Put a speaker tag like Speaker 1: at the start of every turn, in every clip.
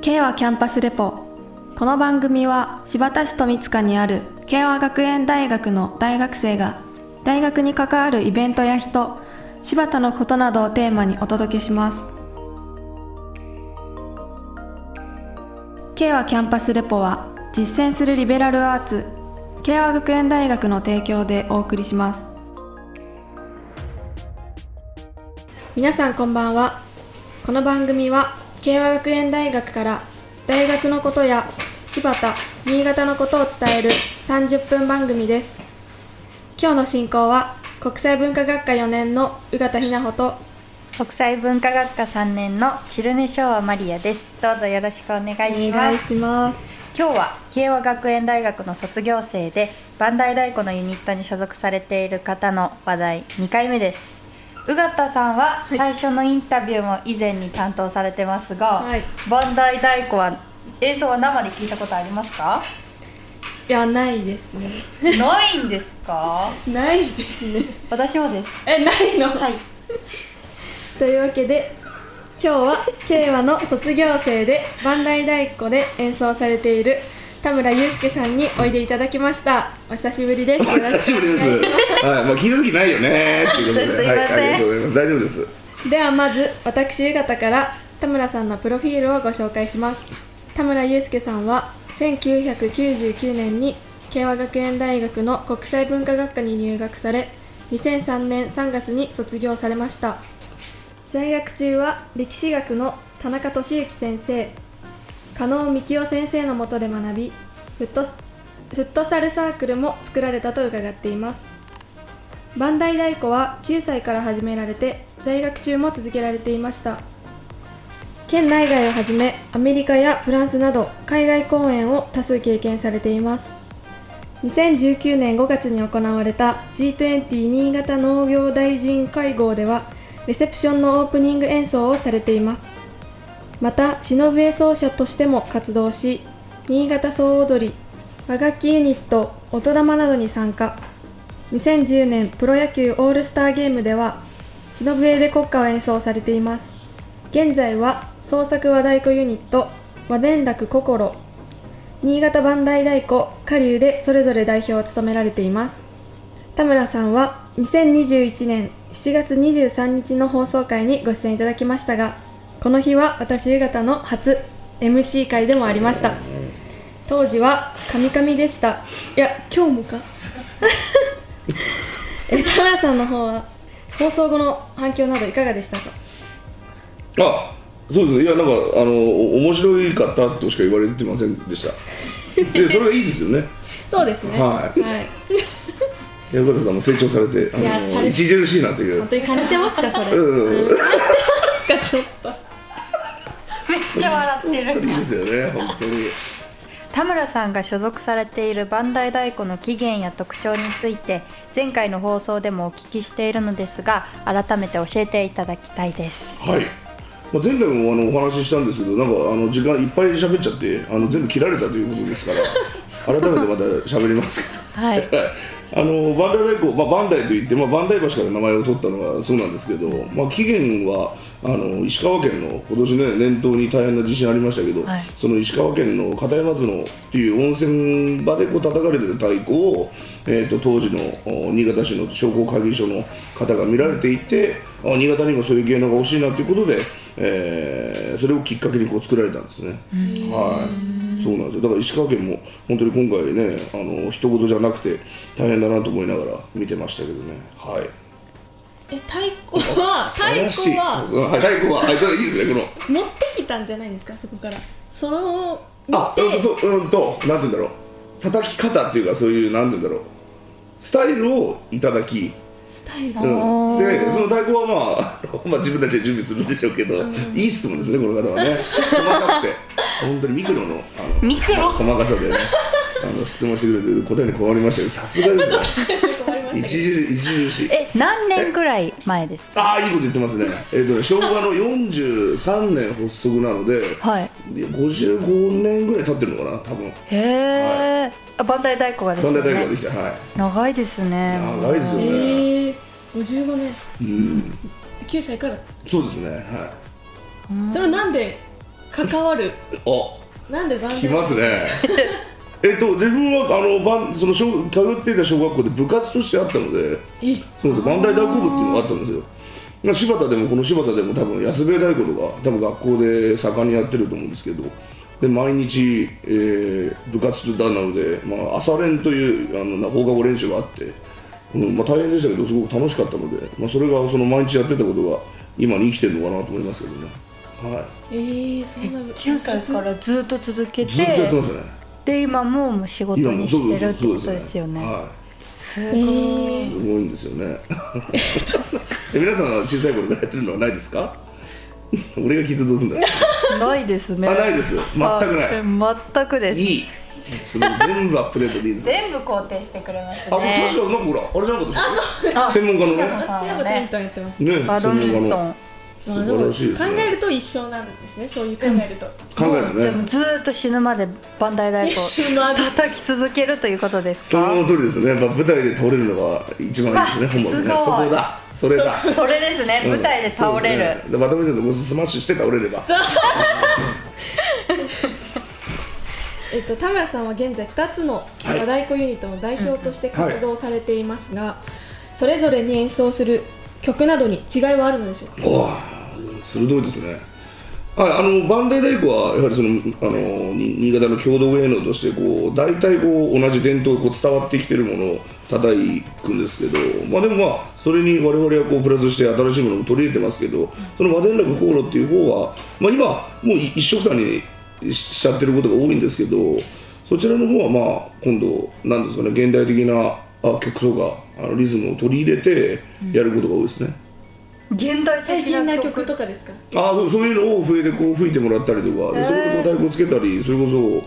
Speaker 1: K はキャンパスレポこの番組は柴田市富塚にある慶和学園大学の大学生が大学に関わるイベントや人柴田のことなどをテーマにお届けします K はキャンパスレポは実践するリベラルアーツ慶和学園大学の提供でお送りします皆さんこんばんはこの番組は慶和学園大学から大学のことや柴田新潟のことを伝える30分番組です今日の進行は国際文化学科4年の宇方ひなほと
Speaker 2: 国際文化学科3年のチルネショーアマリアですどうぞよろしくお願いし
Speaker 1: お
Speaker 2: ま
Speaker 1: 願い
Speaker 2: す
Speaker 1: します
Speaker 2: 今日は慶和学園大学の卒業生でバンダイ大鼓のユニットに所属されている方の話題2回目です宇方さんは最初のインタビューも以前に担当されてますが、
Speaker 1: はい
Speaker 2: バンダイ太鼓は演奏は生で聞いたことありますか
Speaker 1: いやないですね
Speaker 2: ないんですか
Speaker 1: ないですね
Speaker 2: 私もです
Speaker 1: えないの
Speaker 2: はい
Speaker 1: というわけで今日は慶和の卒業生で磐梯太鼓で演奏されている田村祐介さんにおいでいただきましたお久しぶりです
Speaker 3: お 久しぶり です。はい、もう聞いた時ないよねーっていうことで、
Speaker 2: すいま
Speaker 3: は
Speaker 2: せん
Speaker 3: い、ありがとうございます。大丈夫です。
Speaker 1: ではまず私湯形から田村さんのプロフィールをご紹介します田村祐介さんは1999年に慶和学園大学の国際文化学科に入学され2003年3月に卒業されました在学中は歴史学の田中俊之先生加納幹夫先生のもとで学びフットフットサルサークルも作られたと伺っていますバンダイ太鼓は9歳から始められて在学中も続けられていました県内外をはじめアメリカやフランスなど海外公演を多数経験されています2019年5月に行われた G20 新潟農業大臣会合ではレセプションのオープニング演奏をされていますまた篠笛奏者としても活動し新潟総踊り和楽器ユニット音玉などに参加2010年プロ野球オールスターゲームでは忍笛で国歌を演奏されています現在は創作和太鼓ユニット和伝楽心新潟磐梯太鼓下流でそれぞれ代表を務められています田村さんは2021年7月23日の放送回にご出演いただきましたがこの日は私夕方の初 MC 会でもありました当時はカミカミでしたいや今日もかえ田村さんの方は放送後の反響などいかがでしたか
Speaker 3: あ、そうです。いや、なんか、あの、お面白いかったとしか言われてません でした。で、それがいいですよね。
Speaker 1: そうですね
Speaker 3: はい横田さんも成長されて、あ
Speaker 1: いやさ
Speaker 3: の、
Speaker 1: れ
Speaker 3: 著しいなという
Speaker 1: 本。当に感じてますかそれ、
Speaker 3: うんうんうん、
Speaker 1: かちょっと
Speaker 2: めっちゃ笑ってる
Speaker 3: 本当にいいですよね、本当に。
Speaker 2: 田村さんが所属されている磐梯太鼓の起源や特徴について前回の放送でもお聞きしているのですが改めて教えていただきたいです
Speaker 3: はい、まあ、前回もあのお話ししたんですけどなんかあの時間いっぱい喋っちゃってあの全部切られたということですから 改めてまた喋りますけど、
Speaker 2: はい
Speaker 3: あのバンダイ大工、まあ、バンダイといって、まあ、バンダイ橋から名前を取ったのはそうなんですけど、まあ、起源はあの石川県の今年ね年頭に大変な地震ありましたけど、
Speaker 2: はい
Speaker 3: その石川県の片山津のっていう温泉場でこう叩かれてる太鼓を、えー、と当時のお新潟市の商工会議所の方が見られていてあ新潟にもそういう芸能が欲しいなということで、えーそれをきっかけにこう作られたんですね。はいそうなんですよだから石川県も本当に今回ねあの一言じゃなくて大変だなと思いながら見てましたけどね。はい
Speaker 4: え太鼓は 太鼓は
Speaker 3: 素晴らしいはい太鼓ははいこれいいですねこの
Speaker 4: 持ってきたんじゃないですかそこからその見
Speaker 3: あ
Speaker 4: て
Speaker 3: うんとそううんとなんて言うんだろう叩き方っていうかそういうなんて言うんだろうスタイルをいただき、
Speaker 4: スタイル、
Speaker 3: うん、でその太鼓はまああ のまあ自分たちで準備するんでしょうけど、いい質問ですねこの方はね細かくて本当にミクロのあの
Speaker 2: ミクロ
Speaker 3: まあ細かさでね あの質問してくれて答えに困りましたけどさすがですね著著しい
Speaker 2: え何年ぐらい前ですか
Speaker 3: ああいいこと言ってますねえっ、とね昭和の43年発足なので、
Speaker 2: はい
Speaker 3: で55年ぐらい経ってるのかな多分
Speaker 2: へえ、あ磐梯太鼓がです
Speaker 3: バ
Speaker 2: よ
Speaker 3: ンダイ大工が
Speaker 2: ね
Speaker 3: できたはい
Speaker 2: 長いですね
Speaker 3: 長いですよ
Speaker 4: え
Speaker 3: ね、
Speaker 4: ー、55年
Speaker 3: うん、
Speaker 4: 9歳から
Speaker 3: そうですねは
Speaker 4: それはなんで関わる
Speaker 3: あ
Speaker 4: なんでバン
Speaker 3: 来ますねえっと自分はあのばんその小通っていた小学校で部活としてあったので
Speaker 4: え
Speaker 3: そうです万代太鼓部っていうのがあったんですよまあ柴田でもこの柴田でも多分安部太鼓とか多分学校で盛んにやってると思うんですけどで毎日、えー部活だなので、まあ、朝練というあのな放課後練習があって、うんまあ、大変でしたけどすごく楽しかったので、まあ、それがその毎日やってたことが今に生きてるのかなと思いますけどね、は
Speaker 4: えー、そんな
Speaker 2: 9歳からずっと続け
Speaker 3: い、ずっとやって
Speaker 2: て
Speaker 3: ましたね
Speaker 2: で今ももう仕事
Speaker 3: 今も
Speaker 2: に
Speaker 3: そう
Speaker 2: してるって
Speaker 3: そう
Speaker 2: ことですよね
Speaker 3: は
Speaker 2: す
Speaker 4: え
Speaker 2: ごい
Speaker 3: い、
Speaker 4: ー、
Speaker 3: すごいんですよ ねえ皆さんは小さい頃からやってるのはないですか 俺が聞いてどうすん だよ
Speaker 2: ないですね
Speaker 3: あないです全くない
Speaker 2: あ全くです
Speaker 3: いいそれ全部アップデートでいいです
Speaker 2: 全部肯定してくれます
Speaker 3: あ確
Speaker 2: ね
Speaker 3: かなんかほらあれじゃなかったでしょ専門家のね
Speaker 2: さんは
Speaker 4: バドミン
Speaker 2: ね
Speaker 4: トンやってます
Speaker 3: ね
Speaker 2: バドミントン
Speaker 3: 専門
Speaker 2: も
Speaker 3: 家の素晴らしいです
Speaker 4: 考え
Speaker 3: ね
Speaker 4: ると一緒なんですねそういう考えると、
Speaker 3: 考
Speaker 2: うじ
Speaker 3: え
Speaker 2: ゃ
Speaker 3: る
Speaker 2: あもう
Speaker 3: ね
Speaker 2: ずーっと死ぬまでバンダイ大
Speaker 4: 一
Speaker 2: 鼓
Speaker 4: 緒のある
Speaker 2: 叩き続けるということです
Speaker 3: そ
Speaker 2: か
Speaker 3: の通りですね、まあ、舞台で倒れるのが一番いいです
Speaker 2: わ
Speaker 3: ね本物ね
Speaker 2: す
Speaker 3: そ
Speaker 2: ごい
Speaker 3: こだそれだ
Speaker 2: それですね
Speaker 3: うん
Speaker 2: 舞台で倒れ
Speaker 3: そう
Speaker 2: る
Speaker 3: ですねでバドミントンでこうスマッシュして倒れれば
Speaker 1: えっと、田村さんは現在2つの和
Speaker 3: はい
Speaker 1: 太鼓ユニットの代表として活動されていますが、それぞれに演奏する曲などに違いはあるのでしょうか
Speaker 3: おー鋭いですね。はい、あのバンダイ太鼓はやはりそのあのに新潟の郷土芸能としてこう大体こう同じ伝統こう伝わってきてるものを叩くんですけど、まあ、でもまあそれに我々はこうプラスして新しいものも取り入れてますけどその和伝楽航路っていう方は、まあ、今もう一緒くたにししちゃってることが多いんですけどそちらの方はまあ今度なんですかね現代的なあ曲とかあのリズムを取り入れてやることが多いですね。
Speaker 2: 現代
Speaker 4: 最
Speaker 2: 的
Speaker 4: 近
Speaker 2: な
Speaker 4: な
Speaker 2: 曲
Speaker 4: 曲とかですか
Speaker 3: ああそうそういうのを笛でこう吹いてもらったりとか、でそこでこう太鼓をつけたりそれこそ、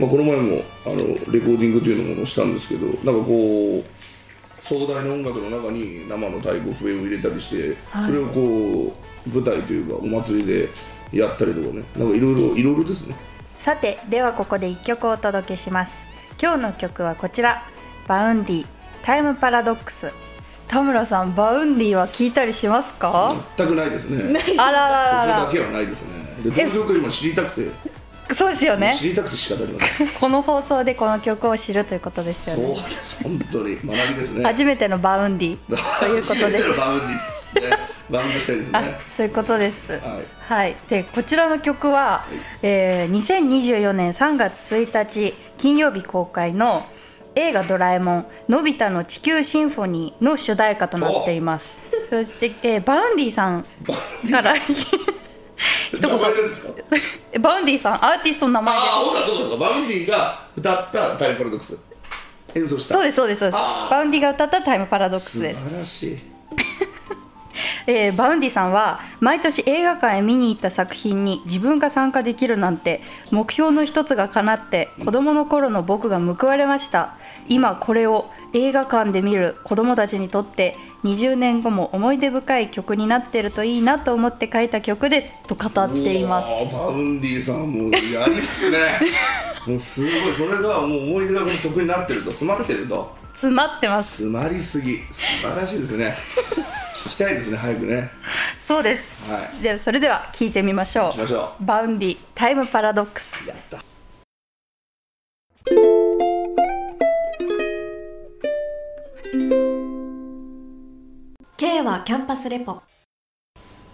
Speaker 3: まあ、この前もあのレコーディングというのもしたんですけどなんかこう壮大な音楽の中に生の太鼓笛を入れたりして、それをこう舞台というかお祭りでやったりとかねなんかいろいろいろいろですね
Speaker 2: さてではここで1曲お届けします今日の曲はこちらバウンディタイムパラドックス田村さんバウンディは聞いたりしますか、
Speaker 3: 全くないです ねこ
Speaker 2: あらら
Speaker 3: れ
Speaker 2: ら
Speaker 3: だ
Speaker 2: ら
Speaker 3: けはないですねでこの曲を今知りたくて、
Speaker 2: そうですよね
Speaker 3: 知りたくて仕方ありません
Speaker 2: この放送でこの曲を知るということですよ
Speaker 3: そう
Speaker 2: ね
Speaker 3: です本当に学びですね
Speaker 2: 初めてのバウンディということで
Speaker 3: 初め
Speaker 2: す
Speaker 3: てのバウンディですねバウンドしたいです
Speaker 2: あ
Speaker 3: ね
Speaker 2: ということですはい
Speaker 3: い、
Speaker 2: でこちらの曲は、えー2024年3月1日金曜日公開の映画「ドラえもんのび太の地球シンフォニー」の主題歌となっていますそして、えーバウンディさん から
Speaker 3: 一
Speaker 2: 言
Speaker 3: ですか
Speaker 2: えバウンディさんアーティストの名前で
Speaker 3: ああそうだそうだそうだバウンディが歌ったタイムパラドックス演奏した
Speaker 2: そうですそうですそうです
Speaker 3: あー
Speaker 2: バウンディが歌った「タイムパラドックス」
Speaker 3: 素
Speaker 2: で
Speaker 3: 晴
Speaker 2: す
Speaker 3: らしい
Speaker 2: えーバウンディさんは毎年映画館へ見に行った作品に自分が参加できるなんて目標の一つが叶って子供の頃の僕が報われました今これを映画館で見る子供たちにとって20年後も思い出深い曲になってるといいなと思って書いた曲ですと語っています
Speaker 3: うわーバウンディさんもうやりますね もうすごいそれがもう思い出がこの曲になってると詰まってると
Speaker 2: 詰まってます
Speaker 3: 詰まりすぎ素晴らしいです ね聞きたいですね早くね
Speaker 2: そうです
Speaker 3: はい
Speaker 2: ではそれでは聞いてみましょ
Speaker 3: 行きましょ
Speaker 2: うバウンディタイムパラドックス
Speaker 3: うやった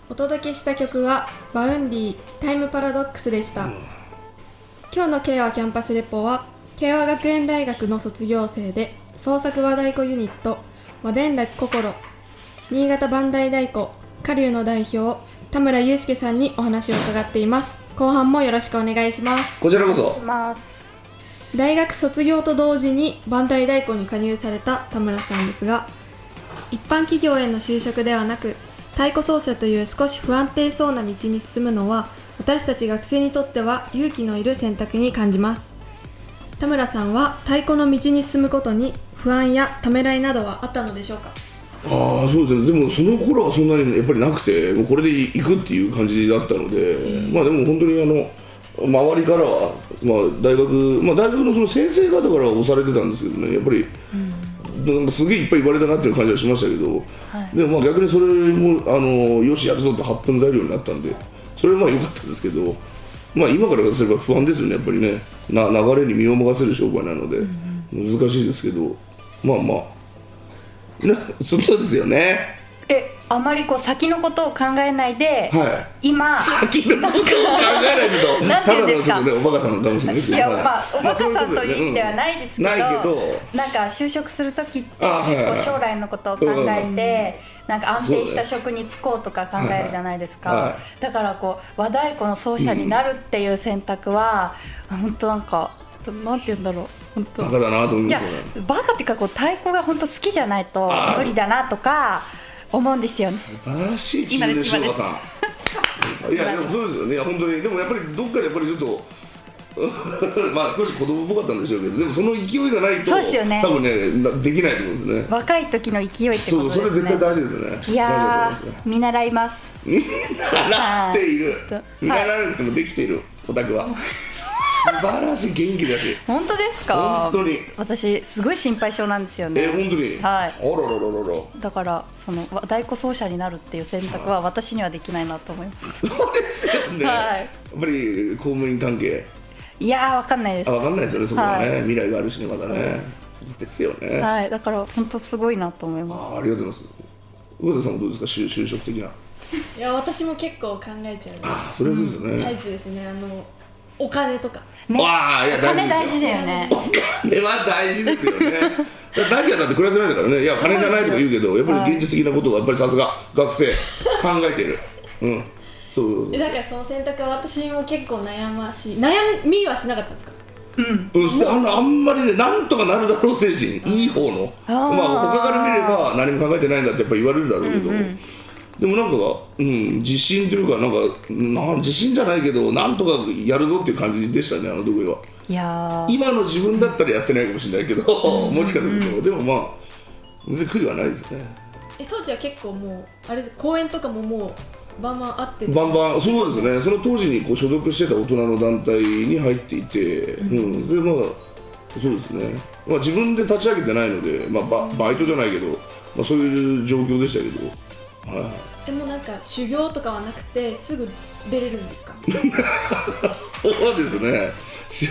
Speaker 1: お届けした曲はバウンディタイムパラドックスでした、今日の K はキャンパスレポは慶和学園大学の卒業生で創作和太鼓ユニット和伝楽心新潟万代太鼓下流の代表田村祐介さんにお話を伺っています後半もよろしくお願いします
Speaker 3: こちらこそ
Speaker 2: ます
Speaker 1: 大学卒業と同時に万代太鼓に加入された田村さんですが一般企業への就職ではなく太鼓奏者という少し不安定そうな道に進むのは私たち学生にとっては勇気のいる選択に感じます田村さんは太鼓の道に進むことに不安やためらいなどはあったのでしょうか
Speaker 3: ああそうですねでもその頃はそんなにやっぱりなくてもうこれで行くっていう感じだったので、まあでも本当にあの周りからは、まあ、大学、まあ、大学のその先生方からは押されてたんですけどねやっぱり、なんかすげえいっぱい言われたなっていう感じはしましたけど、でもまあ逆にそれもあのよしやるぞって発奮材料になったんでそれはまあ良かったんですけどまあ、今からすれば不安ですよね、やっぱりね、な流れに身を任せる商売なので、難しいですけど、まあまあ、な そうですよね、
Speaker 2: えあまりこう先のことを考えないで、
Speaker 3: は
Speaker 2: 今
Speaker 3: い、先のことを考えな
Speaker 2: な
Speaker 3: い
Speaker 2: ん
Speaker 3: と、
Speaker 2: て
Speaker 3: た
Speaker 2: 言うんで
Speaker 3: だの
Speaker 2: す
Speaker 3: ちょ
Speaker 2: か
Speaker 3: っとね、おバカさんの楽しみです
Speaker 2: い
Speaker 3: けど
Speaker 2: や
Speaker 3: はい
Speaker 2: まあおバカさんという意味では
Speaker 3: まあ
Speaker 2: ないですけど,、
Speaker 3: ないけど
Speaker 2: なんか就職する時って
Speaker 3: あはいはい
Speaker 2: こう将来のことを考えて、なんか安定した職に就こうとか考えるじゃないですか、
Speaker 3: はいはい
Speaker 2: だからこう和太鼓の奏者になるっていう選択は、本当なんかなんて言うんだろう本当
Speaker 3: バカだなと思うん
Speaker 2: い
Speaker 3: で
Speaker 2: や
Speaker 3: すよね。
Speaker 2: バカっていうかこう太鼓が本当好きじゃないと
Speaker 3: あー
Speaker 2: 無理だなとか思うんですよね
Speaker 3: 素晴らしいチームでしょうかさん。いやでもそうですよね。いや本当にでもやっぱりどっかでやっぱりちょっと。 まあ少し子供っぽかったんでしょうけどでもその勢いがないと
Speaker 2: そうですよね
Speaker 3: 多分ねなできないと思うんですね
Speaker 2: 若い時の勢いって
Speaker 3: そ
Speaker 2: こ
Speaker 3: うそ
Speaker 2: と
Speaker 3: れ
Speaker 2: です
Speaker 3: 絶対
Speaker 2: ね
Speaker 3: 大事ですね
Speaker 2: いや
Speaker 3: 大事だと思いま
Speaker 2: ー見習います
Speaker 3: すみんななってい
Speaker 2: は
Speaker 3: る
Speaker 2: い
Speaker 3: 見習わなくてもできているオタクは素晴らしい元気だし
Speaker 2: 本当ですか
Speaker 3: 本当に
Speaker 2: 私すごい心配性なんですよ
Speaker 3: え
Speaker 2: ね
Speaker 3: 本当に
Speaker 2: はい
Speaker 3: あらららららら
Speaker 2: だからその和太鼓奏者になるっていう選択は私にはできないなと思います
Speaker 3: そうですよね、
Speaker 2: はい
Speaker 3: やっぱり公務員関係
Speaker 2: いやーわかんないです
Speaker 3: あ分かんないですよねそこはね、
Speaker 2: はい
Speaker 3: 未来があるしねまだ
Speaker 2: そうで
Speaker 3: ねそうですよね、
Speaker 2: はいだから本当すごいなと思います
Speaker 3: ああありがとうございます。上田さんもどうですか就就職的な。
Speaker 4: いや私も結構考えちゃう
Speaker 3: ああそれはそうですよね。
Speaker 4: タイプですねあのお金とか
Speaker 2: ね
Speaker 3: わあいや
Speaker 2: お金大
Speaker 3: 大
Speaker 2: 事
Speaker 3: 事
Speaker 2: だ
Speaker 3: で
Speaker 2: よね
Speaker 3: すよ。お金は大事ですよね。だってなきゃだって暮らせないんだからね。いや金じゃないとか言うけどやっぱり現実的なことはやっぱりさすが学生考えてる。うんそうそう
Speaker 4: えだからその選択は私も結構悩ましい悩みはしなかったんですか
Speaker 2: うん
Speaker 3: そう。うん、あのあんまりねなんとかなるだろう精神いい方の
Speaker 2: あー
Speaker 3: まあ他から見れば何も考えてないんだってやっぱ言われるだろうけど、
Speaker 2: うんうん
Speaker 3: でもなんか、うん、自信というかなんかなん自信じゃないけどなんとかやるぞっていう感じでしたねあの時は。
Speaker 2: いやー
Speaker 3: 今の自分だったらやってないかもしれないけど、もしかすると、でもまあ全然悔いはないですね
Speaker 4: え当時は結構もうあれです公演とかももうバンバンあってて
Speaker 3: バンバンそうですねその当時にこう所属してた大人の団体に入っていて、うんでまあそうですね、まあ、自分で立ち上げてないので、まあ、ババイトじゃないけど、まあ、そういう状況でしたけど、 はい、
Speaker 4: えもうなんか修行とかはなくてすぐ出れるんですか
Speaker 3: そうですねし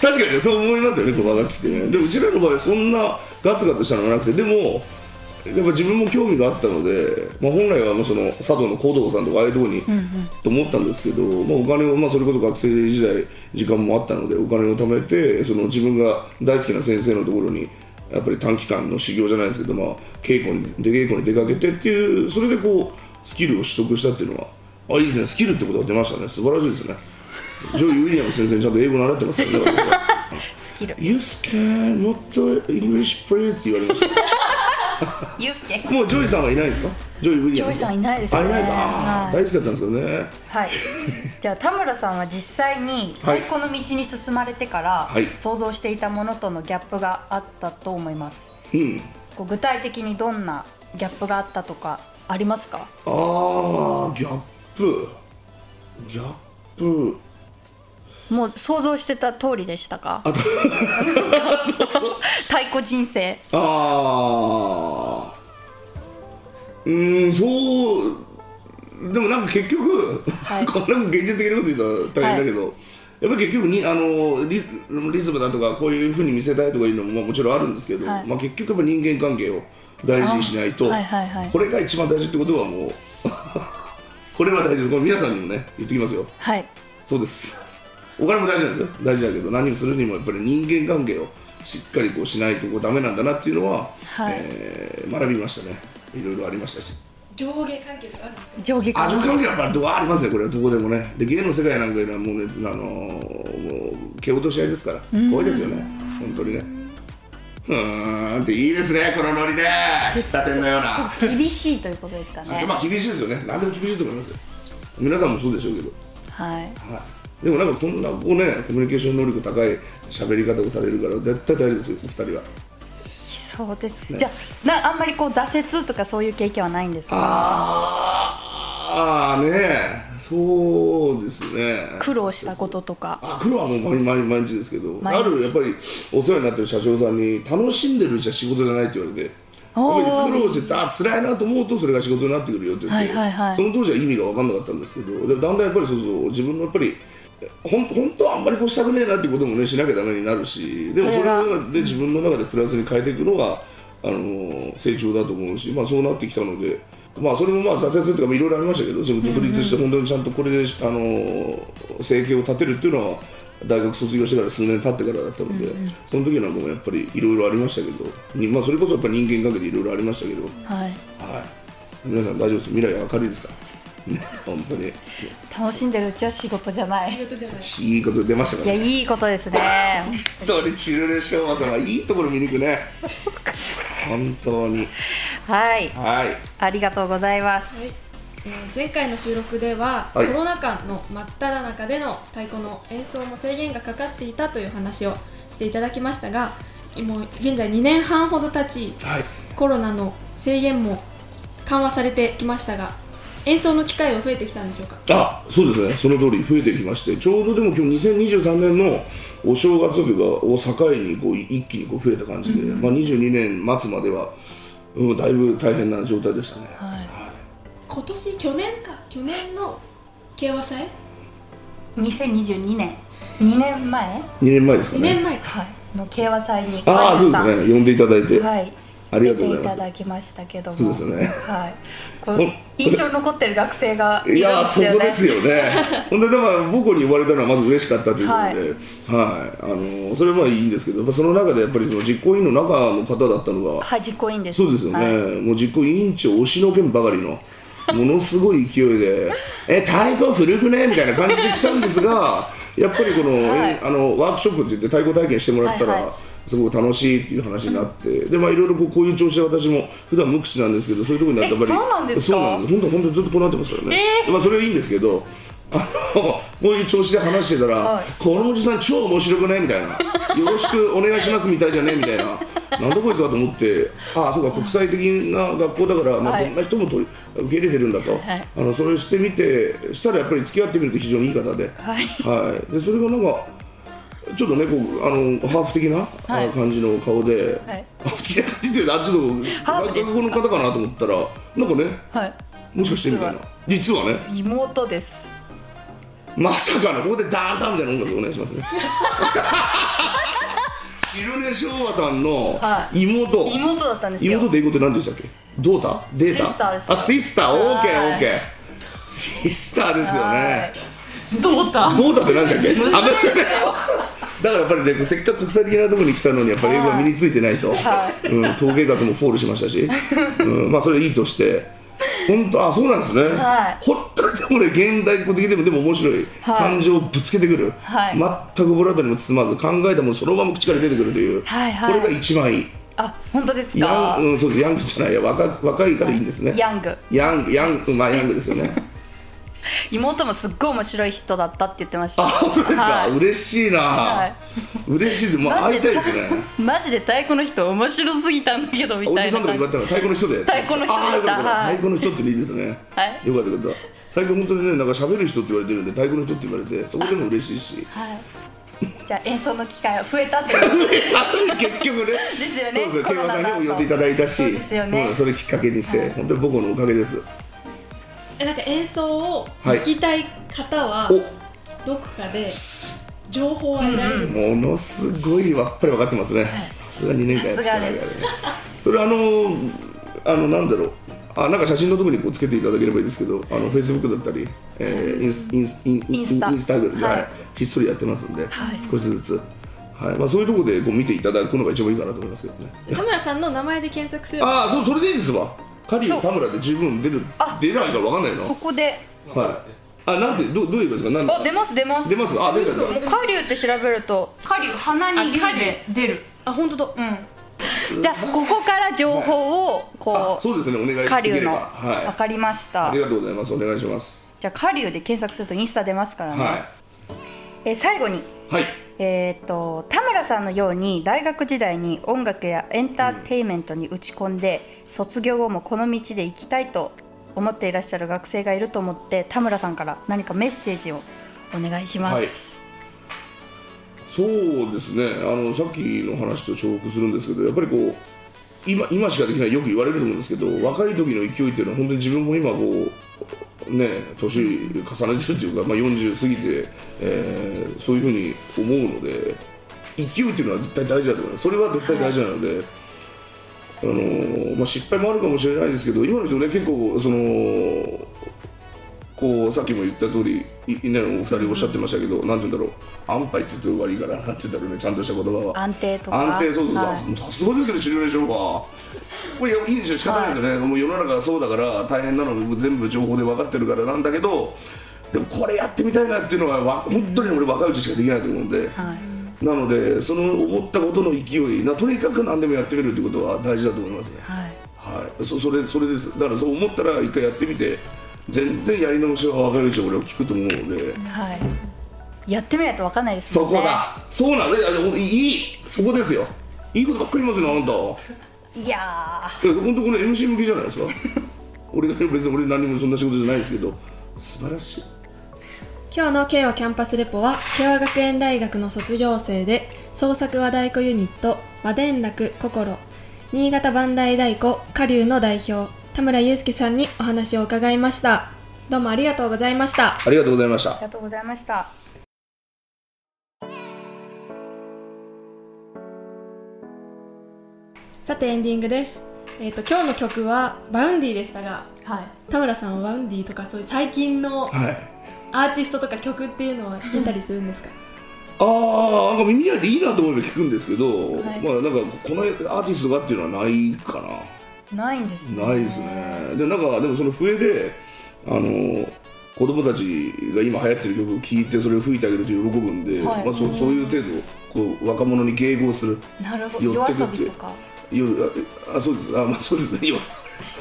Speaker 3: 確かにねそう思いますよね駒楽器ってねでもうちらの場合そんなガツガツしたのがなくてでもやっぱ自分も興味があったので、まあ、本来はもうその佐藤の小堂さんとかああいうとこに、と思ったんですけど、まあ、お金を、まあ、それこそ学生時代時間もあったのでお金を貯めてその自分が大好きな先生のところにやっぱり短期間の修行じゃないですけど、まあ、稽古に出稽古に出かけてっていうそれでこうスキルを取得したっていうのはあいいですねスキルってことが出ましたね素晴らしいですねジョイ・ウィリアム先生にちゃんと英語習ってますからね
Speaker 2: スキル
Speaker 3: 「ユースケもっと English please」って言われました
Speaker 2: ユうスケ
Speaker 3: もうジョイさんはいないんですかジョイ・ウィリ
Speaker 2: ジ
Speaker 3: ア
Speaker 2: ョ
Speaker 3: ム
Speaker 2: イさんいないですね
Speaker 3: あいないか、
Speaker 2: はい
Speaker 3: 大好きだったんですけどね
Speaker 2: はい、じゃあ田村さんは実際に
Speaker 3: はい
Speaker 2: 太鼓の道に進まれてから、
Speaker 3: はい
Speaker 2: 想像していたものとのギャップがあったと思います
Speaker 3: うん
Speaker 2: こう具体的にどんなギャップがあったとかありますか
Speaker 3: あーギャップギャップ
Speaker 2: もう想像してた通りでしたか太鼓人生
Speaker 3: あーうーんそうでもなんか結局、
Speaker 2: はい
Speaker 3: こんな現実的なこと言ったら大変だけど、やっぱり結局にあのリリズムだとかこういうふうに見せたいとかいうのもまあもちろんあるんですけど、
Speaker 2: はい
Speaker 3: まあ、結局やっぱ人間関係を大事にしないと、
Speaker 2: はいはいはい
Speaker 3: これが一番大事ってことはもう これは大事ですこれ皆さんにもね言ってきますよ
Speaker 2: はい
Speaker 3: そうですお金も大事なんですよ大事だけど何をするにもやっぱり人間関係をしっかりこうしないとこうダメなんだなっていうのは、
Speaker 2: はい
Speaker 3: えー学びましたねいろいろありましたし
Speaker 4: 上下関係とかあるんですか
Speaker 2: 上下
Speaker 3: あ
Speaker 2: 関
Speaker 3: 上下
Speaker 2: 係
Speaker 3: 関係はやっぱりどうありますねこれはどこでもねで芸の世界なんかいうのはもうねあのーもう蹴落とし合いですから怖いですよね本当にねうーんっていいですねこのノリね喫茶店のような
Speaker 2: ちょっと厳しいということですかね
Speaker 3: まあ厳しいですよね何でも厳しいと思いますよ皆さんもそうでしょうけど
Speaker 2: はい
Speaker 3: はい、でもなんかこんなこうねコミュニケーション能力高い喋り方をされるから絶対大丈夫ですよお二人は
Speaker 2: そうですじゃあなあんまりこう挫折とかそういう経験はないんですか
Speaker 3: ああねえそうですね
Speaker 2: 苦労したこととか
Speaker 3: あ苦労はもう毎毎毎日ですけど
Speaker 2: 毎日
Speaker 3: あるやっぱりお世話になってる社長さんに楽しんでるうちは仕事じゃないって言われて
Speaker 2: おー
Speaker 3: やっぱり苦労してあ辛いなと思うとそれが仕事になってくるよって言って、
Speaker 2: はいはいはい
Speaker 3: その当時は意味が分かんなかったんですけどでだんだんやっぱりそうそう自分のやっぱり本当本当はあんまりこうしたくねえなってこともねしなきゃダメになるしでもそれがで自分の中でプラスに変えていくのが、あのー成長だと思うし、まあ、そうなってきたので。まあそれもまあ挫折とかいろいろありましたけど、それも独立して本当にちゃんとこれで、あのー生計を立てるっていうのは大学卒業してから数年経ってからだったので、その時なんかもやっぱりいろいろありましたけど、にまあそれこそやっぱ人間関係でいろいろありましたけど、
Speaker 2: はい
Speaker 3: はい。皆さん大丈夫です。未来は明るいですから 本当に
Speaker 2: 楽しんでるうちは仕事じゃない
Speaker 4: 仕事じゃない
Speaker 3: いいこと出ました
Speaker 2: い
Speaker 3: か
Speaker 2: や
Speaker 3: ら、ね。
Speaker 2: いいことですね
Speaker 3: 本当にチルルショーマ様いいところ見に行く ね。本当に。
Speaker 2: はい
Speaker 3: はい。
Speaker 2: ありがとうございます
Speaker 4: はい、えー前回の収録では、
Speaker 3: はい
Speaker 4: コロナ禍の真っ只中での太鼓の演奏も制限がかかっていたという話をしていただきましたがもう現在2年半ほど経ち
Speaker 3: はい。
Speaker 4: コロナの制限も緩和されてきましたが演奏の機会は増えてきたんでしょうか
Speaker 3: あそうですね、その通り増えてきまして、ちょうどでも今日2023年のお正月というか、を境にこうい一気にこう増えた感じで、まあ、22年末までは、うん、だいぶ大変な状態でしたね。
Speaker 2: はい
Speaker 4: 今年去年か去年の 慶和祭
Speaker 2: 2022年2年前
Speaker 3: 2年前ですか
Speaker 4: 2年
Speaker 3: ね。
Speaker 4: 前か
Speaker 2: はいの慶和祭に
Speaker 3: ああ、そう
Speaker 2: さん
Speaker 3: ですね、呼んでいただいて、
Speaker 2: はい
Speaker 3: ありがとうござい
Speaker 2: 出ていた
Speaker 3: ま
Speaker 2: だきましたけども
Speaker 3: そうですよね
Speaker 2: はいこ
Speaker 3: ほん
Speaker 2: う印象に残ってる学生がい
Speaker 3: す。
Speaker 2: るん
Speaker 3: い
Speaker 2: で
Speaker 3: やー、そ
Speaker 2: すよ
Speaker 3: こで
Speaker 2: ね
Speaker 3: すよね。ほんで、だから、僕に言われたのはまず嬉しかったということで、はい、あのーそれはまあいいんですけど、やっぱその中でやっぱりその実行委員の中の方だったのが、
Speaker 2: はい実行委員です
Speaker 3: そうですよね、
Speaker 2: はい
Speaker 3: もう実行委員長押しのけんばかりのものすごい勢いで「え太鼓古くね?」みたいな感じで来たんです がやっぱりこの,え、
Speaker 2: はい
Speaker 3: あのワークショップって言って太鼓体験してもらったら、
Speaker 2: はいは
Speaker 3: すごく楽しいっていう話になって、でまあいろいろこうこういう調子で私も普段無口なんですけどそういうところになるとやっぱり
Speaker 2: えそうなんですか
Speaker 3: そうなんです本当本当ずっとこうなってますからね、まあそれはいいんですけどあのこういう調子で話してたら、
Speaker 2: はい
Speaker 3: このおじさん超面白くないみたいなよろしくお願いしますみたいじゃねみたいななんだこいつだと思ってああそうか国際的な学校だから、まあ、
Speaker 2: はい
Speaker 3: こんな人も取り受け入れてるんだと、
Speaker 2: はい
Speaker 3: あのそれをしてみてしたらやっぱり付き合ってみると非常にいい方で,、
Speaker 2: はい
Speaker 3: はい、でそれがなんかちょっとねこうあのハーフ的な、
Speaker 2: はい
Speaker 3: あ感じの顔で、
Speaker 2: はい
Speaker 3: ハーフ的な感じってあち
Speaker 2: ハ
Speaker 3: ょ
Speaker 2: ーフ
Speaker 3: っと
Speaker 2: で
Speaker 3: 外国の方かなと思ったらなんかね
Speaker 2: はい
Speaker 3: もしかしてみたいな実はね
Speaker 2: 妹です
Speaker 3: まさかのここでダーンダーンみたいな音楽お願いします ね汁根昭和さんの
Speaker 2: はい
Speaker 3: 妹、
Speaker 2: 妹だったんですよ
Speaker 3: 妹って英語って何でしたっけドータデータ
Speaker 2: シスターです
Speaker 3: あシスターオーケーオ
Speaker 2: は
Speaker 3: ー
Speaker 2: い
Speaker 3: ケーシスターですよね
Speaker 2: はいどうだった
Speaker 3: ドータって何でしたっけあごめんなさい だからやっぱりねせっかく国際的なところに来たのにやっぱり英語が身についてないと、
Speaker 2: は
Speaker 3: うん、統計学もフォールしましたし、うん、まあそれいいとして本当あそうなんですね、
Speaker 2: はい
Speaker 3: 本当にでもね現代っ子的でもでも面白い、
Speaker 2: はい
Speaker 3: 感情をぶつけてくる、
Speaker 2: はい
Speaker 3: 全くボラとにも包まず考えたものそのまま口から出てくるという、
Speaker 2: はいはい
Speaker 3: これが一番いい
Speaker 2: あ本当です
Speaker 3: ヤ
Speaker 2: か
Speaker 3: ン、うん、そうですヤングじゃないや若若いからいいんですね、
Speaker 2: ヤング
Speaker 3: ヤングヤングまあヤングですよね
Speaker 2: 妹もすっごい面白い人だったって言ってました
Speaker 3: あ本当ですか、
Speaker 2: はい
Speaker 3: 嬉しいな、
Speaker 2: はい
Speaker 3: 嬉しいですもう
Speaker 2: マ
Speaker 3: 会
Speaker 2: ジ
Speaker 3: いた
Speaker 2: で
Speaker 3: いですね
Speaker 2: マジで太鼓の人面白すぎたんだけどみ
Speaker 3: お
Speaker 2: た
Speaker 3: じ
Speaker 2: い
Speaker 3: さ
Speaker 2: なん
Speaker 3: とか
Speaker 2: 感
Speaker 3: 言
Speaker 2: じ
Speaker 3: われたら太鼓
Speaker 2: 太鼓
Speaker 3: の人で
Speaker 2: の人でした
Speaker 3: あーよかったよかった
Speaker 2: はい
Speaker 3: 太鼓の人っていうのいいですね、
Speaker 2: はい
Speaker 3: よかったよかった最近本当にねなんか喋る人って言われてるんで太鼓の人って言われてそこでも嬉しいし
Speaker 2: はいじゃあ演奏の機会は増えたってことで
Speaker 3: 結局ね
Speaker 2: ですよね
Speaker 3: そうですよ
Speaker 2: コ
Speaker 3: 慶
Speaker 2: ロ
Speaker 3: 和
Speaker 2: ナ
Speaker 3: さん
Speaker 2: の後
Speaker 3: にも呼んでいただいたし
Speaker 2: そうですよね
Speaker 3: そうなんそれきっかけにして、
Speaker 2: はい
Speaker 3: 本当に僕のおかげです
Speaker 4: えなんか演奏を
Speaker 3: はい
Speaker 4: 聞きたい方は
Speaker 3: お
Speaker 4: どこかで情報は得られる、
Speaker 3: ものすごいわっぱり分かってますね、さすが2年間やってきた
Speaker 2: さす
Speaker 3: それあのあのなんだろうあなんか写真のとこにこうつけていただければいいですけどあのフェイスブックだったり、えー、インスインスイン
Speaker 2: インスタ
Speaker 3: インスタグラムで、
Speaker 2: はい
Speaker 3: はいひっそりやってますんで、
Speaker 2: はい
Speaker 3: 少しずつ、はいまあ、そういうところでこう見ていただくのが一番いいかなと思いますけどね
Speaker 4: 田村さんの名前で検索すれば
Speaker 3: ああそうそれでいいですわカリ
Speaker 2: そ
Speaker 3: ー
Speaker 2: う
Speaker 3: 田村で十分出る
Speaker 2: あ
Speaker 3: 出ないか分かんないの
Speaker 2: そこで
Speaker 3: はいあなんてどうどう言えばいいですかなん
Speaker 2: あ出ます出ます
Speaker 3: 出ますあ出るか
Speaker 2: もう花竜って調べると花竜鼻に竜
Speaker 4: あ
Speaker 2: で出る
Speaker 4: あ本当だ
Speaker 2: うんじゃあここから情報を
Speaker 3: あ
Speaker 2: こ
Speaker 3: そうですねお願いし
Speaker 2: う
Speaker 3: て
Speaker 2: 花
Speaker 3: いけ
Speaker 2: 竜
Speaker 3: れば
Speaker 2: の
Speaker 3: はい
Speaker 2: わかりまし
Speaker 3: あ
Speaker 2: た
Speaker 3: りがとうございますお願いします
Speaker 2: じゃあ花竜で検索するとインスタ出ますからね
Speaker 3: は
Speaker 2: えー最後に
Speaker 3: いはい
Speaker 2: えー、と田村さんのように大学時代に音楽やエンターテインメントに打ち込んで、卒業後もこの道で行きたいと思っていらっしゃる学生がいると思って田村さんから何かメッセージをお願いします。
Speaker 3: そうですねあのさっきの話と重複するんですけどやっぱりこう今今しかできないよく言われると思うんですけど若い時の勢いっていうのは本当に自分も今こうね年重ねてるというか、まあ、40過ぎて、えーそういうふうに思うので勢いっていうのは絶対大事だと思いますそれは絶対大事なので、あのーまあ、失敗もあるかもしれないですけど今の人ね結構そのこうさっきも言った通りい、ね、お二人おっしゃってましたけど、なんて言うんだろう安牌って言うと悪いからなんて言うんだろうねちゃんとした言葉は
Speaker 2: 安定とか
Speaker 3: 安定そうそう、
Speaker 2: はい
Speaker 3: あさすがですね治療でしょうかこれいいですよ仕方ないですよね、もう世の中がそうだから大変なのも全部情報で分かってるからなんだけどでもこれやってみたいなっていうのはわ本当に俺若いうちしかできないと思うんで、
Speaker 2: はい
Speaker 3: なのでその思ったことの勢いなとにかく何でもやってみるってことは大事だと思いますね
Speaker 2: はい
Speaker 3: はい、そそれそれですだからそう思ったら一回やってみて全然やり直しは若いうち俺は聞くと思うので
Speaker 2: はいやってみないとわかんないです
Speaker 3: そ
Speaker 2: もん
Speaker 3: こ
Speaker 2: ね
Speaker 3: だそうなんだいやでもいいいいそこですよいいことばっかり言いますよねあんた
Speaker 2: いやー
Speaker 3: いや本当これ MC 向きじゃないですか 俺が別に俺何もそんな仕事じゃないですけど素晴らしい
Speaker 4: 今日の慶和キャンパスレポは慶和学園大学の卒業生で創作和太鼓ユニット和伝楽心新潟万代太鼓下流の代表田村祐介さんにお話を伺いましたどうもありがとうございました
Speaker 3: ありがとうございまし
Speaker 2: あり
Speaker 3: た
Speaker 2: がとうございました
Speaker 4: さてエンディングですえっ、と今日の曲はバウンディでしたが
Speaker 2: はい
Speaker 4: 田村さんはバウンディとかそういう最近の
Speaker 3: はい
Speaker 4: アーティストとか曲っていうのは聞いたりするんですか
Speaker 3: ああなんか耳に入っていいなと思えば聞くんですけど、
Speaker 2: はい
Speaker 3: まあなんかこのアーティストがっていうのはないか
Speaker 2: ないんですね
Speaker 3: なないですねでなんかでもその笛であの子供たちが今流行ってる曲を聴いてそれを吹いてあげると喜ぶんで、
Speaker 2: はい
Speaker 3: まあ、そそういう程度こう若者に迎合する
Speaker 2: なるほど
Speaker 3: 寄っ
Speaker 2: 夜
Speaker 3: てくって
Speaker 2: 遊びとか
Speaker 3: 夜ああそうですあまあそうですね夜遊び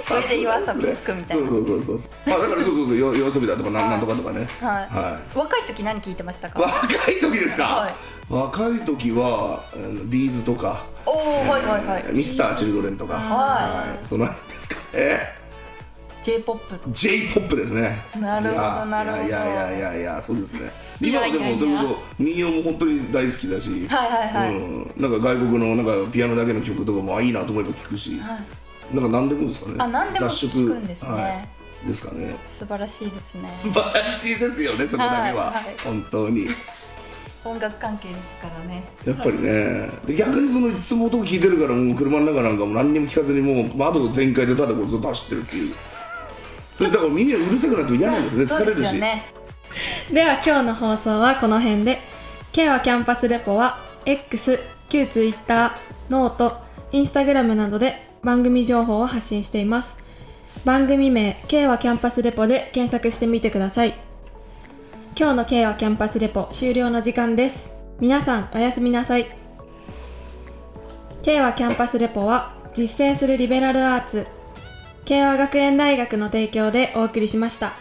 Speaker 2: それで夜遊びに吹くみたいな
Speaker 3: そうそうそうそうまあだからそうそうそう夜夜遊びだとかなんなんとかとかね
Speaker 2: はい、
Speaker 3: は
Speaker 2: 若い時何聞いてました
Speaker 3: い
Speaker 2: か
Speaker 3: 若い時ですか、
Speaker 2: はい
Speaker 3: 若い時はあのビーズとか、
Speaker 2: おおはいはい はい
Speaker 3: ミスターチルドレンとか、
Speaker 2: はい
Speaker 3: その辺ですかね
Speaker 2: J-POP と
Speaker 3: J−POP ですね
Speaker 2: なるほど
Speaker 3: いや
Speaker 2: なるほど
Speaker 3: いやいやいやいやそうですね
Speaker 2: い
Speaker 3: 今
Speaker 2: や
Speaker 3: はいで
Speaker 2: やいや
Speaker 3: もそれこそ民謡も本当に大好きだし
Speaker 2: はいはいはい
Speaker 3: うん、なんか外国のなんかピアノだけの曲とかもあいいなと思えば聴くし、
Speaker 2: は
Speaker 3: なんか何でもですかね
Speaker 2: あ何でも聞くんですね
Speaker 3: 雑食はい、ですかね
Speaker 2: 素晴らしいですね
Speaker 3: 素晴らしいですよねそこだけは、
Speaker 2: はいはい
Speaker 3: 本当に
Speaker 2: 音楽関係ですからね
Speaker 3: やっぱりねで逆にそのいつも音を聞いてるからもう車の中なんかもう何にも聞かずにもう窓全開でただこうずっと走ってるっていうそれだから耳がうるさくなると嫌なんですね
Speaker 2: そ
Speaker 3: 疲
Speaker 2: うで
Speaker 3: れ
Speaker 2: す
Speaker 3: る
Speaker 2: よ
Speaker 3: し、
Speaker 2: ね
Speaker 4: では今日の放送はこの辺で慶和キャンパスレポは X 旧 Twitter ノートインスタグラムなどで番組情報を発信しています番組名慶和キャンパスレポで検索してみてください今日の慶和キャンパスレポ終了の時間です皆さんおやすみなさい慶和キャンパスレポは実践するリベラルアーツ慶和学園大学の提供でお送りしました